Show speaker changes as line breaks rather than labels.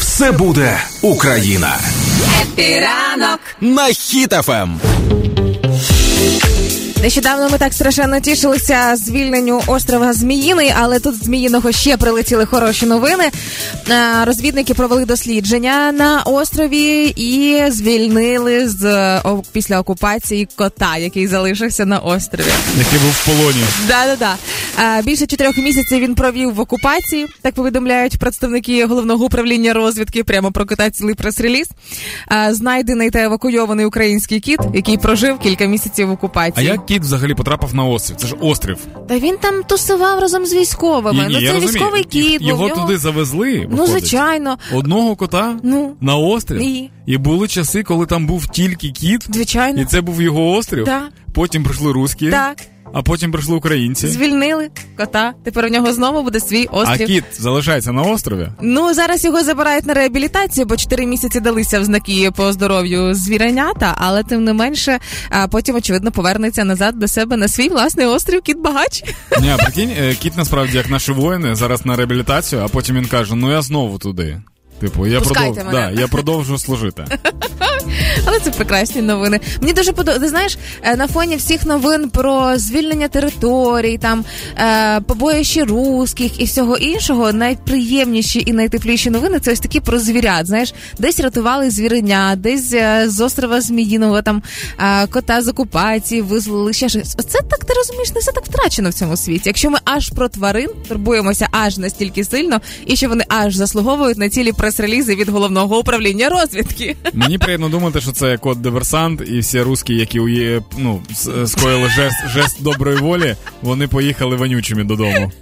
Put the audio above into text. Це буде Україна
Піранок.
на Хіт-ФМ.
Ем.
Нещодавно ми так страшенно тішилися звільненню острова Зміїний, але тут з Зміїного ще прилетіли хороші новини. Е, Розвідники провели дослідження на острові і звільнили з е, о- після окупації кота, який залишився на острові.
який був в полоні.
Да, да, да. Е, Більше чотирьох місяців він провів в окупації. Так повідомляють представники головного управління розвідки. Прямо про кота цілий прес-реліз. Е, Знайдений та евакуйований український кіт, який прожив кілька місяців в
А
окупації.
як кіт взагалі потрапив на острів? Це ж острів.
Та він там тусував разом з
Ні,
військовими.
ні,
ну
я
це
розумію.
військовий
Їх-
кіт. бо в
Його
нього-
туди завезли.
Ну
виходить.
звичайно,
Одного кота
Ну.
на острів.
І?
були часи, коли там був тільки кіт, і
звичайно,
це був його острів.
Да.
Потім прийшли русські,
так.
а потім прийшли українці.
Звільнили кота. Тепер у нього знову буде свій
А
острів.
кіт залишається на острові.
Ну зараз його забирають на реабілітацію, бо 4 місяці далися в знаки по здоров'ю звіренята, але тим не менше, а потім очевидно повернеться назад до себе на свій власний острів Кіт Багач.
Ні, а прикинь, е, кіт насправді як наші воїни зараз на реабілітацію, а потім він каже: ну я знову туди. Типу, я
Пускайте
продовжу, да,
мене.
я продовжу служити.
Але це прекрасні новини. Мені дуже подобається. Ти знаєш, е, на фоні всіх новин про звільнення територій, там е, побоїще русських і всього іншого, найприємніші і найтепліші новини це ось такі про звірят. Знаєш, десь рятували звіреня, десь е, з острова Зміїного там е, кота з окупації визволили ще щось. Оце так ти розумієш, не все так втрачено в цьому світі. Якщо ми аж про тварин турбуємося аж настільки сильно, і що вони аж заслуговують на цілі прес-релізи від головного управління розвідки.
Мені приємно думати, що це код диверсант, і всі русські, які е, ує- ну, с- скоїли жест, жест доброї волі, вони поїхали вонючими додому.